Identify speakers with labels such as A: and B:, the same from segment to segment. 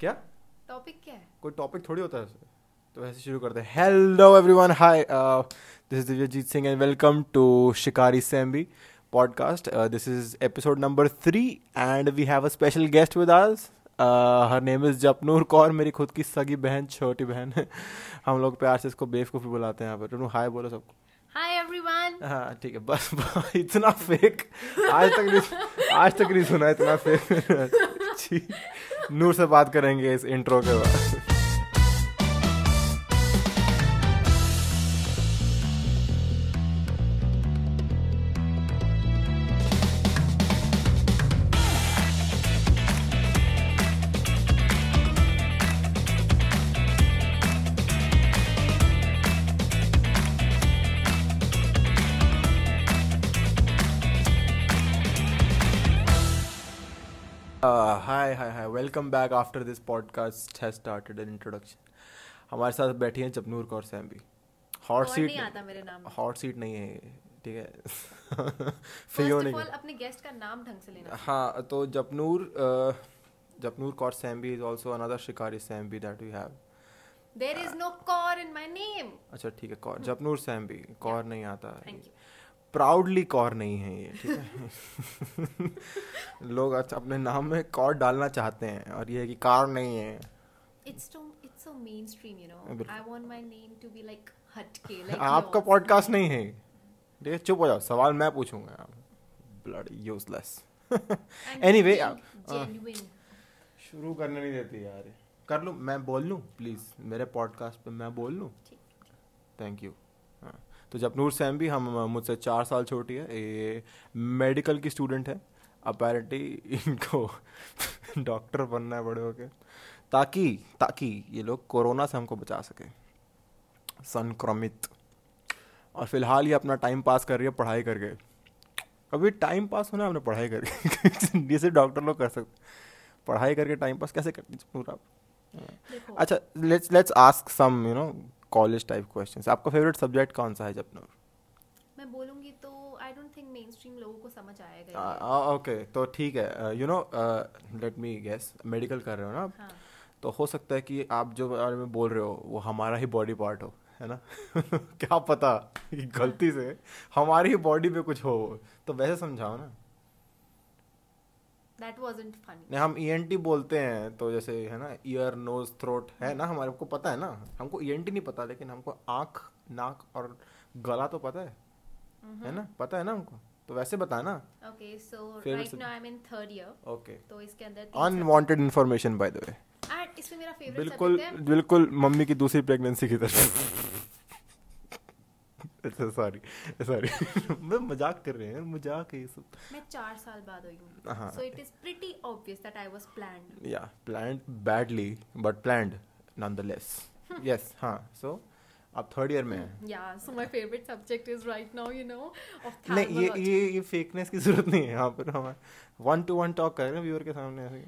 A: क्या
B: टॉपिक क्या है
A: कोई टॉपिक थोड़ी होता है उसमें। तो वैसे शुरू करते हैं hello everyone hi this is Divyajeet Singh and welcome to Shikari Sambi podcast this is episode number three and we have a special guest with us her name is Japnoor Kaur मेरी खुद की सगी बहन छोटी बहन हम लोग प्यार से इसको बेवकूफ़ भी बुलाते हैं यहाँ पर टनू हाय बोलो सबको
B: हाय एवरीवन
A: हाँ ठीक है बस इतना फेक आज तक नहीं आज तक नहीं सुना इतना फेक जी नूर से बात करेंगे इस इंट्रो के बाद Uh, hi hi hi welcome back after this podcast has started an introduction हमारे साथ बैठी हैं जबनूर कौर सैम भी हॉट
B: और
A: सीट
B: नहीं आता मेरे नाम में।
A: हॉट सीट नहीं है ये, ठीक है फ्री होने
B: फर्स्ट ऑफ ऑल
A: की
B: अपने गेस्ट का नाम ढंग से लेना
A: हाँ तो जपनूर अ, Japnoor Kaur Sambi is also another शिकारी Sambi that we have
B: there is no Kaur in my name
A: अच्छा ठीक है कौर जपनूर सैम्बी कौर नहीं आता
B: थैंक यू
A: प्राउडली कौर नहीं है ये ठीक है लोग अच्छा अपने नाम में कौर डालना चाहते हैं और ये है कि कार नहीं है
B: it's too it's so mainstream you know
A: बिल्कुल।
B: I want my name to be like हटके लाइक
A: हाँ, आपका पॉडकास्ट नहीं है ठीक है चुप हो जाओ सवाल मैं पूछूंगा ब्लड यूजलेस anyway, आप- हाँ।
B: जेन्युइन
A: शुरू करने नहीं देती यार कर लूँ मैं बोल लूँ प्लीज़ मेरे पॉडकास्ट पे मैं बोल लूँ थैंक यू हाँ तो जपनूर सैम भी हम मुझसे चार साल छोटी है ये मेडिकल की स्टूडेंट है अपेरेंटली इनको डॉक्टर बनना है बड़े होके ताकि ताकि ये लोग कोरोना से हमको बचा सके संक्रमित और फिलहाल ये अपना टाइम पास कर रही है पढ़ाई करके अभी टाइम पास होना है हमने पढ़ाई करके ये सिर्फ डॉक्टर लोग कर सकते पढ़ाई करके टाइम पास कैसे करती पूरा
B: देखो।
A: अच्छा let's let's ask some you know college type questions आपका फेवरेट सब्जेक्ट कौन सा है जपनूर
B: मैं बोलूंगी तो आई डोंट थिंक मेनस्ट्रीम लोगों को समझ आएगा ये।
A: ओके तो ठीक है you know let me guess medical कर रहे हो ना आप
B: हाँ
A: तो हो सकता है कि आप जो बारे में बोल रहे हो वो हमारा ही बॉडी पार्ट हो है ना क्या पता कि गलती से हमारी ही बॉडी पे कुछ हो तो वैसे समझाओ ना
B: दैट वाजंट फनी
A: नहीं हम ई बोलते हैं तो जैसे है ना ईयर नोज थ्रोट है ना हमारे को पता है ना हमको ई नहीं पता लेकिन हमको आँख नाक और गला तो पता है है ना पता है ना हमको तो वैसे बताना
B: okay so
A: Favorite
B: right
A: subject-
B: now I am in third year
A: okay
B: तो इसके अंदर तीन
A: unwanted information by the way
B: subject- And इसमें मेरा फेवरेट
A: बिल्कुल
B: सब्जेक्ट है
A: बिल्कुल मम्मी की दूसरी प्रेगनेंसी की तरह अच्छा सॉरी सॉरी मैं मजाक कर रहे हैं मजाक है ये सब
B: मैं चार साल बाद हुई
A: हाँ।
B: हूँ so it is pretty obvious that I was planned
A: या planned badly but planned nonetheless yes हाँ सो आप थर्ड ईयर में हैं
B: या so my favourite subject is right now you know ऑफ
A: नहीं ये ये ये फेकनेस की जरूरत नहीं है यहाँ पर हम वन टू वन टॉक कर रहे हैं व्यूअर के सामने ऐसे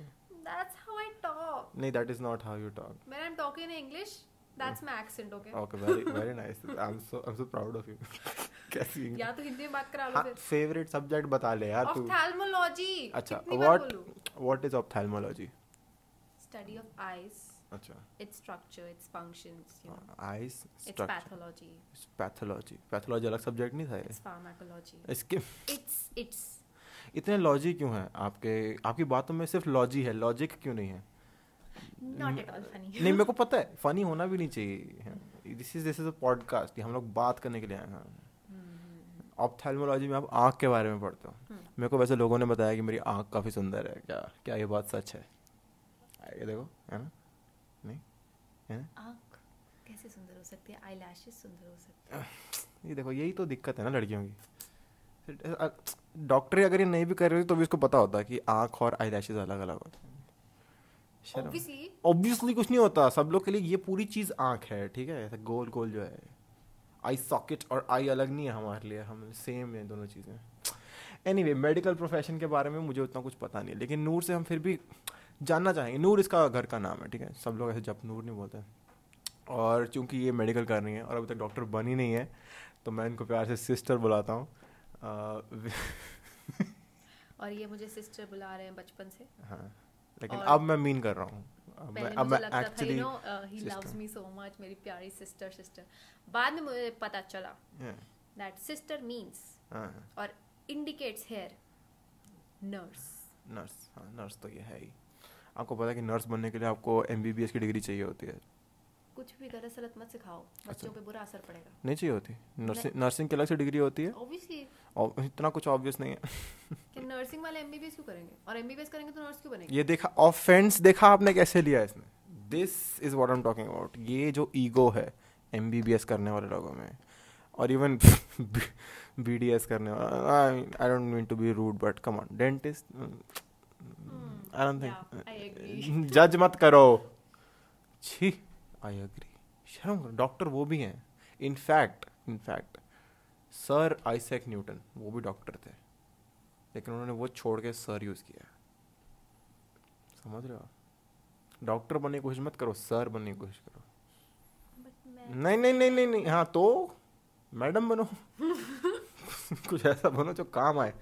B: दैट्स हाउ आई टॉक
A: नहीं that is not how you talk
B: when I am talking in English that's my accent okay
A: okay very very nice I am so I am so proud of you कैसी
B: या तो हिंदी में बात करा
A: हाँ,
B: लो फिर
A: favourite subject बता ले यार तू
B: ऑफ्थैल्मोलॉजी
A: तो- अच्छा
B: कितनी बार
A: व्हाट
B: बोलूं
A: what is ophthalmology
B: study of eyes
A: अच्छा हाँ,
B: its structure its functions you know
A: eyes
B: its
A: structure
B: pathology
A: pathology pathology अलग सब्जेक्ट नहीं था ये
B: इट्स फार्माकोलॉजी
A: इसके
B: इट्स इट्स
A: इतने लॉजी क्यों हैं आपके आपकी बातों में सिर्फ लॉजी है लॉजिक क्यों नहीं है
B: not at all funny
A: Mm, नहीं मेरे को पता है फनी होना भी नहीं चाहिए हाँ, this is this is a podcast हम लोग बात करने के लिए आए हैं
B: हम्म।
A: ऑप्थेल्मोलॉजी में आप आँख के बारे में पढ़ते हो मेरे को वैसे लोगों ने बताया कि मेरी आँख काफ़ी सुंदर है क्या क्या ये बात सच है ये देखो है ना नहीं है ना
B: आंख कैसे सुंदर हो सकती है आईलैशेस सुंदर हो सकती
A: ये देखो यही तो दिक्कत है ना लड़कियों की डॉक्टर अगर ये नहीं भी कर रहे तो भी उसको पता होता कि आँख और आई अलग अलग होते हैं
B: है
A: शर्म
B: ऑब्वियसली
A: ऑब्वियसली कुछ नहीं होता सब लोग के लिए ये पूरी चीज़ आँख है ठीक है ऐसा गोल गोल जो है आई सॉकेट और आई अलग नहीं है हमारे लिए हम सेम है दोनों चीज़ें एनी वे मेडिकल प्रोफेशन के बारे में मुझे उतना कुछ पता नहीं है लेकिन नूर से हम फिर भी जानना चाहेंगे नूर इसका घर का नाम है ठीक है सब लोग ऐसे जब नूर नहीं बोलते और चूंकि ये मेडिकल कर रही हैं और अभी तक डॉक्टर बनी नहीं है तो मैं इनको प्यार से सिस्टर बुलाता हूँ अ,
B: और ये मुझे सिस्टर बुला रहे हैं बचपन से
A: हाँ लेकिन
B: और-
A: अब मैं मीन कर रहा हूँ मैं-
B: पहले
A: अब
B: मुझे
A: मैं
B: लगता था uh,
A: actually
B: you know he
A: sister.
B: Loves me so much मेरी प्यारी सिस्टर सिस्टर बाद में मुझे पता चला
A: Yeah,
B: दैट सिस्टर मींस
A: हाँ
B: और इंडिकेट्स हेयर नर्स
A: नर्स हाँ नर्स तो ये है ही आपको पता है कि नर्स बनने के लिए आपको एम की डिग्री चाहिए होती है
B: कुछ भी गलत सलत मत सिखाओ
A: अच्छा।
B: बच्चों पे बुरा असर पड़ेगा
A: नहीं चाहिए होती नर्सिंग नर्सिंग की अलग से डिग्री होती है
B: ऑब्वियसली
A: और इतना कुछ ऑब्वियस नहीं है
B: कि नर्सिंग वाले एमबीबीएस क्यों करेंगे और एमबीबीएस करेंगे तो नर्स क्यों बनेंगे
A: ये देखा ऑफेंस देखा आपने कैसे लिया इसने this is what I am talking about ये जो ईगो है एम करने वाले लोगों में और इवन बी डी एस करने वाला I don't mean to be rude but come on dentist I don't
B: Hmm, yeah, I
A: think
B: agree.
A: जज मत करो छी आई एग्री शर्म करो डॉक्टर वो भी हैं in fact in fact sir Isaac Newton वो भी डॉक्टर थे लेकिन उन्होंने वो छोड़ के सर यूज़ किया समझ रहे हो डॉक्टर बनने की कोशिश मत करो सर बनने की कोशिश करो
B: बट
A: नहीं
B: मैं
A: नहीं नहीं नहीं नहीं हाँ तो मैडम बनो कुछ ऐसा बनो जो काम आए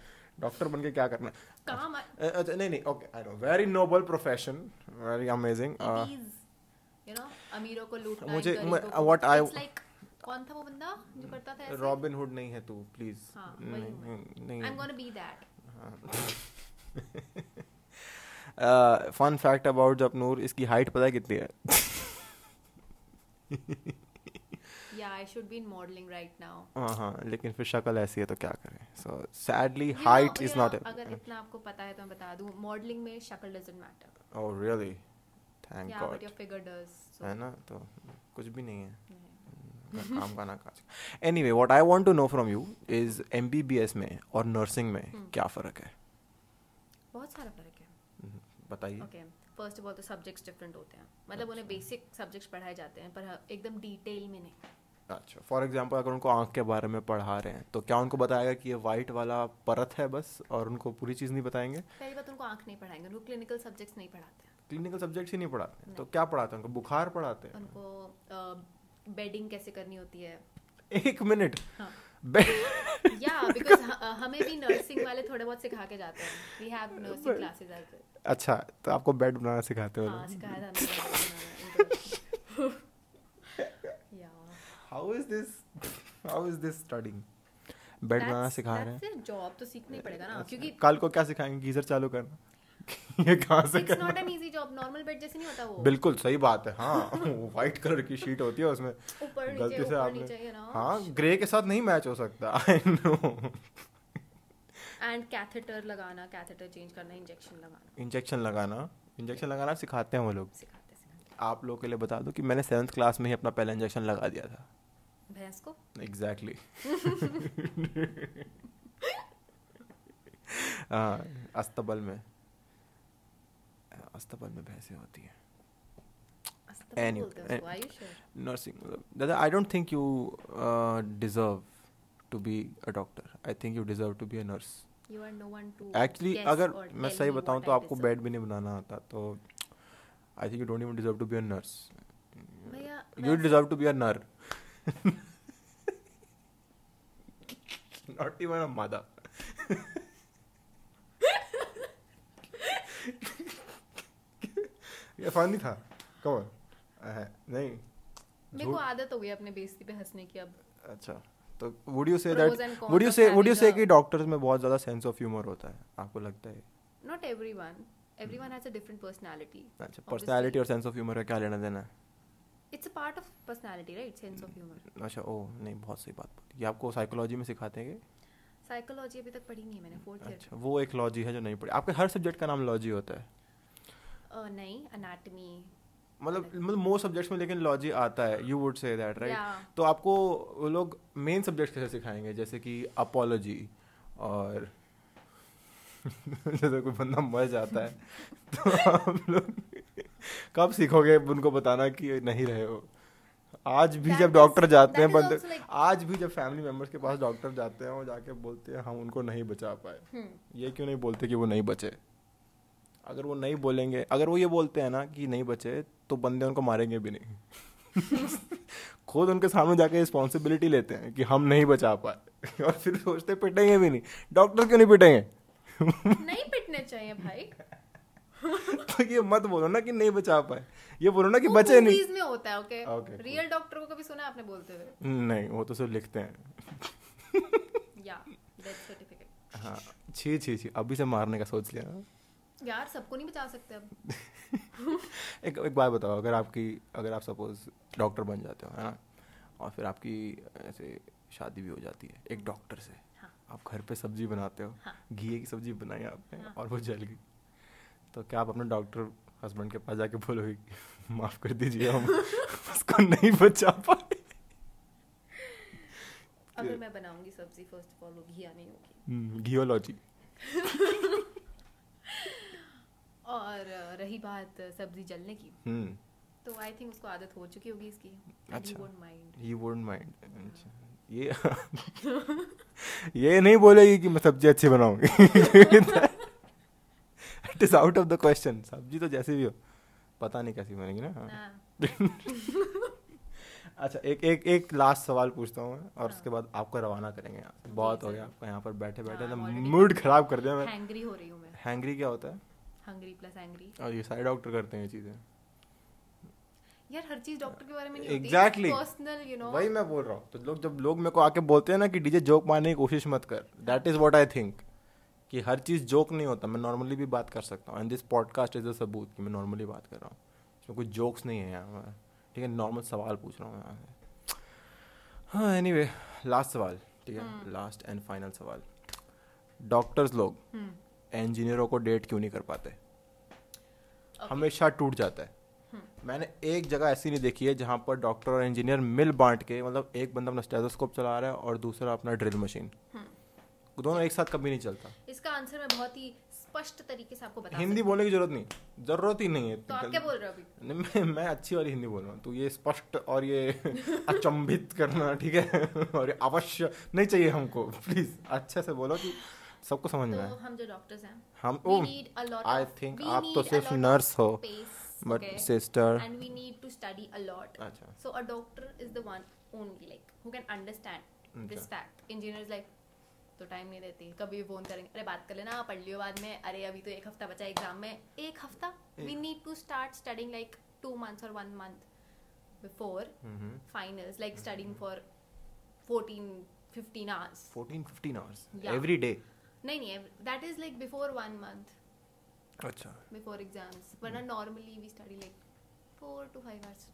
A: डॉक्टर बन के क्या करना है
B: काम
A: अ- अच्छा नहीं नहीं okay I know very noble profession very amazing
B: you know अमीरों को लूटना
A: Uh, मुझे-
B: मुझे
A: मैं- what I-
B: लाइक कौन था वो बंदा जो करता था ऐसे
A: रॉबिन हुड नहीं है तू प्लीज
B: हाँ, वही हूँ
A: नहीं हाँ।
B: I am gonna be that
A: fun fact about Japnoor इसकी हाइट पता है कितनी है
B: या I should be in modelling right now
A: हाँ हाँ लेकिन फिर शक्ल ऐसी है तो क्या करें so sadly height is not
B: अगर इतना आपको पता है तो मैं बता दूं मॉडलिंग में शक्ल doesn't matter
A: oh really thank
B: ya but
A: God
B: your figure does
A: है ना तो कुछ भी नहीं है ना काम का ना काज anyway what I want to know from you is M B B S में और नर्सिंग में क्या फ़र्क है
B: बहुत सारा फर्क है
A: हम्म, बताइए
B: ओके फर्स्ट ऑफ ऑल तो सब्जेक्ट्स डिफरेंट होते हैं मतलब
A: अच्छा।
B: उन्हें बेसिक सब्जेक्ट्स पढ़ाए जाते हैं पर हाँ, एकदम डिटेल में नहीं
A: अच्छा फॉर एग्जाम्पल अगर उनको आँख के बारे में पढ़ा रहे हैं तो क्या उनको बताएगा कि ये वाइट वाला परत है बस और उनको पूरी चीज़ नहीं बताएंगे
B: पहली बात उनको आंख नहीं पढ़ाएंगे उनको क्लिनिकल सब्जेक्ट्स नहीं पढ़ाते हैं
A: क्लिनिकल सब्जेक्ट्स ही नहीं पढ़ाते हैं तो क्या पढ़ाते हैं उनको बुखार पढ़ाते हैं
B: उनको बेडिंग कैसे करनी होती है
A: एक मिनट
B: हाँ।
A: बे-
B: या बिकॉज हमें भी नर्सिंग वाले थोड़े बहुत सिखा के जाते हैं we have nursing classes as
A: अच्छा तो आपको बेड बनाना सिखाते हो
B: हाँ सिखाया था या
A: how is this how is this studying bed बनाना सिखा रहे हैं
B: जॉब तो सीखना ही पड़ेगा ना क्योंकि
A: कल को क्या सिखाएंगे गीजर चालू करना ये कहाँ से
B: it's not an easy job normal bed जैसे नहीं होता वो
A: बिल्कुल सही बात है हाँ वाइट कलर की शीट होती है उसमें
B: ऊपर
A: गलती
B: नीचे
A: से
B: ऊपर
A: आपने
B: नीचे यू नो
A: हाँ ग्रे के साथ नहीं मैच हो सकता आई नो
B: एंड कैथेटर लगाना कैथेटर चेंज करना इंजेक्शन लगाना
A: इंजेक्शन लगाना इंजेक्शन लगाना सिखाते हैं वो लोग
B: सिखाते सिखाते
A: आप लोग के लिए बता दो कि मैंने सेवन्थ क्लास में ही अपना पहला इंजेक्शन लगा दिया था
B: भैंस को
A: एग्जैक्टली हाँ अस्तबल में अस्तबल में भैंसे होती हैं
B: अस्तबल
A: Any-
B: बोलते हैं उसको
A: any-
B: are you sure
A: nursing दादा i don't think you uh, deserve to be a doctor i think you deserve to be a nurse
B: you are no one to
A: actually अगर मैं सही बताऊं तो आपको बेड भी नहीं बनाना आता तो I think you don't even deserve to be a nurse
B: भैया
A: you deserve to be a nurse not even a mother ये फनी था कम नहीं
B: मेरे को आदत हो गई है अपने बेइज्जती पे हंसने की अब
A: अच्छा तो would you say
B: Pros
A: that
B: and cons
A: would you
B: of
A: say would you
B: having
A: say
B: a-
A: कि डॉक्टर्स में बहुत ज्यादा सेंस ऑफ ह्यूमर होता है आपको लगता है
B: not everyone everyone has a different personality
A: अच्छा पर्सनालिटी और सेंस ऑफ ह्यूमर का क्या लेना देना है
B: it's a part of personality right sense of humour
A: अच्छा ओ नहीं बहुत सही बात बोली ये आपको साइकोलॉजी में सिखाते हैं क्या?
B: साइकोलॉजी अभी तक पढ़ी नहीं है मैंने फोर्थ ईयर
A: अच्छा वो एक लॉजी है जो नहीं पढ़ी आपके हर सब्जेक्ट का नाम लॉजी होता है
B: नहीं एनाटमी
A: मतलब मतलब मोस्ट सब्जेक्ट्स में लेकिन लॉजी आता है you would say that
B: Yeah.
A: Right तो आपको वो लोग मेन सब्जेक्ट कैसे सिखाएंगे जैसे कि अपोलॉजी और जैसे कोई बंदा मर जाता है तो आप लोग कब सीखोगे उनको बताना कि नहीं रहे हो आज भी
B: That
A: जब
B: is-
A: डॉक्टर जाते
B: that
A: हैं
B: is
A: बंदे
B: also like-
A: आज भी जब फैमिली मेम्बर्स के पास डॉक्टर जाते हैं वो जाके बोलते हैं हम उनको नहीं बचा पाए
B: हम्म।
A: ये क्यों नहीं बोलते कि वो नहीं बचे अगर वो नहीं बोलेंगे अगर वो ये बोलते हैं ना कि नहीं बचे तो बंदे उनको मारेंगे भी नहीं खुद उनके सामने जाके रिस्पॉन्सिबिलिटी लेते हैं कि हम नहीं बचा पाए और फिर सोचते हैं, पिटेंगे भी नहीं डॉक्टर क्यों नहीं पिटेंगे
B: नहीं पिटने चाहिए भाई
A: तो ये मत बोलो ना कि नहीं बचा पाए ये बोलो ना कि
B: वो
A: बचे नहीं
B: movies में होता है okay
A: Okay, cool.
B: Real doctor को कभी सुना है आपने बोलते हुए
A: नहीं वो तो सिर्फ लिखते हैं
B: या डेथ सर्टिफिकेट
A: हाँ छी छी छी अभी से मारने का सोच लिया ना?
B: यार सबको नहीं बचा सकते अब
A: एक एक बात बताओ अगर आपकी अगर आप सपोज डॉक्टर बन जाते हो है ना और फिर आपकी ऐसे शादी भी हो जाती है एक डॉक्टर से
B: हाँ।
A: आप घर पे सब्जी बनाते हो
B: हाँ।
A: घी की सब्जी बनाई आपने
B: हाँ।
A: और वो जल गई तो क्या आप अपने डॉक्टर हस्बैंड के पास जाके बोलोगे कि माफ़ कर दीजिए हम उसको नहीं बचा पाए
B: अगर मैं बनाऊंगी सब्जी फर्स्ट ऑफ ऑल वो घिया नहीं होगी
A: घियोलॉजी
B: और अ, रही बात अ, सब्जी जलने की
A: हम्म
B: तो आई थिंक उसको आदत हो चुकी होगी इसकी
A: अच्छा।
B: Won't mind
A: you won't mind ये ये नहीं बोलेगी कि मैं सब्जी अच्छी बनाऊंगी it is out of the question सब्जी तो जैसी भी हो पता नहीं कैसी बनेगी ना हाँ।
B: ना
A: अच्छा एक एक एक लास्ट सवाल पूछता हूँ मैं और
B: हाँ।
A: उसके बाद आपको रवाना करेंगे यहाँ से। बहुत हो
B: सर।
A: गया आपका यहाँ पर बैठे बैठे
B: हाँ,
A: ना
B: I'm already
A: मूड खराब कर दिया मैं
B: हैंग्री हो रही हूँ मैं
A: हैंग्री क्या होता है
B: हंग्री प्लस एंग्री
A: और ये सारे डॉक्टर करते हैं ये चीज़ें
B: यार हर चीज डॉक्टर के बारे में नहीं
A: Exactly.
B: होती पर्सनल यू नो
A: वही मैं बोल रहा हूँ तो लोग जब लोग मेरे को आके बोलते हैं ना कि डीजे जोक मारने की कोशिश मत कर that is what I think कि हर चीज़ जोक नहीं होता मैं नॉर्मली भी बात कर सकता हूँ and this podcast is a सबूत कि मैं नॉर्मली बात कर रहा हूँ इसमें कोई जोक्स नहीं है यहाँ पर। ठीक है नॉर्मल सवाल पूछ रहा हूँ यहाँ से हाँ एनी वे लास्ट सवाल ठीक है लास्ट एंड फाइनल सवाल डॉक्टर्स लोग इंजीनियरों को डेट क्यों नहीं कर पाते हमेशा टूट जाता है मैंने एक जगह ऐसी नहीं देखी है जहाँ पर डॉक्टर और इंजीनियर मिल बांट के मतलब एक बंदा अपना स्टेथोस्कोप चला रहा है और दूसरा अपना ड्रिल मशीन
B: हम्म।
A: दोनों एक साथ कभी नहीं चलता
B: इसका आंसर मैं बहुत ही स्पष्ट तरीके से आपको बता
A: हिंदी बोलने की जरूरत नहीं जरूरत ही नहीं है
B: सकती हूँ। तो आप क्या बोल रहे हो अभी
A: नहीं, मैं मैं अच्छी वाली हिंदी बोल रहा हूँ तो ये स्पष्ट और ये अचंभित करना ठीक है और ये अवश्य नहीं चाहिए हमको प्लीज अच्छे से बोलो कि सबको समझ में आए
B: तो हम जो डॉक्टर्स हैं
A: हम
B: we
A: ओ
B: need a lot
A: I
B: of-
A: think
B: we
A: आप तो
B: need a
A: सिर्फ
B: lot of
A: नर्स हो
B: space,
A: but
B: okay?
A: Sister
B: and we need to study a lot
A: अच्छा
B: so a doctor is the one only like who can understand this
A: अच्छा।
B: fact engineer is like तो time नहीं देती कभी phone करेंगे अरे बात कर लेना पढ़ लियो बाद में अरे अभी तो एक हफ्ता बचा है एग्जाम में एक हफ्ता वी
A: एक-
B: need to start studying like two months और one month before
A: hmm
B: finals like studying for 14 15 hours
A: 14 15 hours
B: Yeah.
A: Every day
B: नहीं नहीं that is like before one month
A: अच्छा
B: बिफोर एग्जाम्स वरना normally we study like four to five hours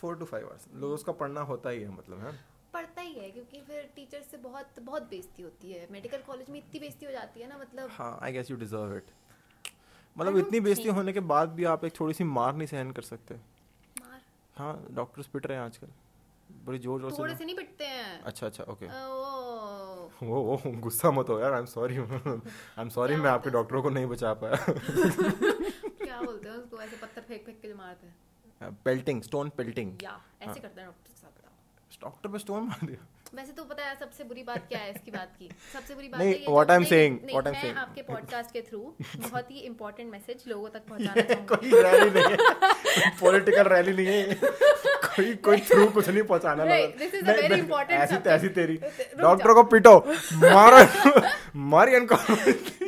A: four to five hours रोज का पढ़ना होता ही है मतलब है
B: पड़ता ही है क्योंकि फिर टीचर से बहुत बहुत बेइज्जती होती है मेडिकल कॉलेज में इतनी बेइज्जती हो जाती है ना मतलब
A: हाँ I guess you deserve it
B: I
A: मतलब
B: don't
A: इतनी बेइज्जती
B: think-
A: होने के बाद भी आप एक थोड़ी सी मार नहीं सहन कर सकते
B: मार
A: हाँ डॉक्टर्स पिट रहे हैं आजकल बड़ी जोर जोर
B: थोड़े
A: से
B: से नहीं पिटते हैं
A: अच्छा अच्छा ओके
B: अ, वो
A: वो वो गुस्सा मत हो यार I am sorry I am sorry
B: क्या
A: मैं
B: होता
A: आपके
B: है?
A: डॉक्टरों को नहीं बचा पाया
B: क्या बोलते हैं उसको ऐसे पत्थर फेंक फेंक के जो मारते हैं
A: पेल्टिंग स्टोन पेल्टिंग
B: या
A: हाँ।
B: ऐसे करते हैं डॉक्टर के साथ बताओ
A: डॉक्टर पे स्टोन मार दिया
B: वैसे तो पता है सबसे बुरी बात क्या है इसकी बात की सबसे बुरी बात
A: नहीं,
B: है ये जो-
A: what I'm
B: नहीं,
A: saying,
B: नहीं,
A: what I'm
B: मैं
A: saying.
B: आपके पॉडकास्ट के थ्रू बहुत ही इंपॉर्टेंट मैसेज लोगों तक पहुंचाना चाहूंगी
A: कोई रैली नहीं है पॉलिटिकल रैली नहीं है कोई कोई थ्रू कुछ नहीं पहुंचाना
B: Right,
A: लगा।
B: this is a
A: नहीं,
B: very
A: नहीं,
B: important
A: ऐसी
B: subject.
A: ऐसी तेरी
B: रुक
A: डॉक्टर
B: जाओ।
A: को पिटो मारो मारिए इनको Oh,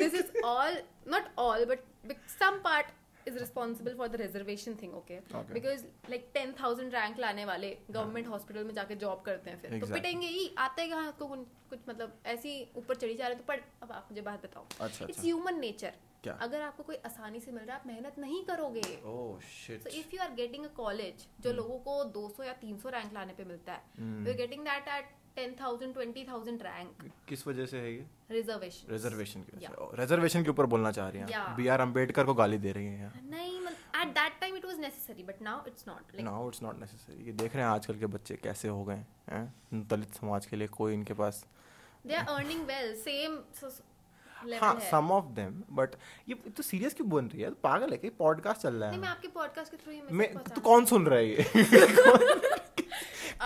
B: this is all not all but bec- some part is responsible for the reservation thing okay,
A: Okay.
B: because like 10000 rank लाने वाले गवर्नमेंट हॉस्पिटल में जाके जॉब करते हैं फिर तो
A: Exactly.
B: पिटेंगे ही आते कहाँ उसको कुन- कुछ मतलब ऐसी ऊपर चढ़ी जा रहे तो पर अब आप मुझे बात बताओ
A: अच्छा,
B: इट्स
A: अच्छा।
B: ह्यूमन नेचर
A: क्या? Oh,
B: अगर आपको कोई आसानी से मिल रहा है आप मेहनत नहीं करोगे
A: oh shit
B: so if you are getting a college जो
A: Hmm.
B: लोगों को 200 या 300 रैंक लाने पे मिलता है you are getting that at 10000 20000 rank
A: किस वजह से है ये
B: रिजर्वेशन
A: रिजर्वेशन की वजह
B: Yeah.
A: से रिजर्वेशन के ऊपर बोलना चाह रही हैं
B: Yeah.
A: बी आर अम्बेडकर को गाली दे रही हैं यहाँ
B: नहीं मतलब at that time it was necessary but now it's not like
A: now it's not necessary ये देख रहे हैं आजकल के बच्चे कैसे हो गए हैं दलित समाज के लिए कोई इनके पास
B: they are earning well same
A: हाँ
B: लेवल है
A: सम ऑफ देम बट ये तो सीरियस क्यों बोल रही है पागल है कि पॉडकास्ट चल रहा
B: नहीं मैं
A: है
B: आपके पॉडकास्ट के थ्रू ही
A: मैं
B: मैसेज
A: तो
B: पहुंचा
A: कौन सुन रहा है ये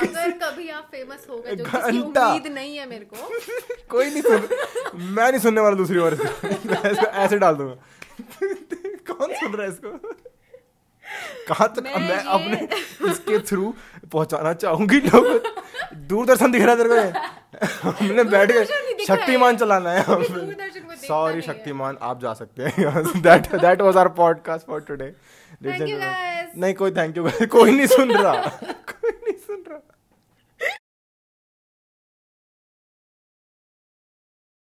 B: अगर कभी आप फेमस हो गए जो किसी
A: घंटा।
B: उम्मीद नहीं है मेरे को
A: कोई नहीं सुन मैं नहीं सुनने वाला दूसरी बार इसको ऐसे, ऐसे डाल दूंगा कौन सुन रहा है इसको कहाँ तक
B: मैं
A: मैं,
B: ये-
A: अपने इसके थ्रू पहुंचाना चाहूंगी लोगों दूरदर्शन दिख रहा है तेरे को ये? हमने बैठ
B: दूरदर्शन नहीं
A: के
B: दिख रहा है।
A: शक्तिमान चलाना है
B: अभी
A: हमें
B: तो दूरदर्शन को देख देखना
A: सॉरी
B: नहीं है।
A: शक्तिमान आप जा सकते हैं that that was our podcast for today
B: Thank you, guys.
A: नहीं कोई थैंक यू कोई नहीं सुन रहा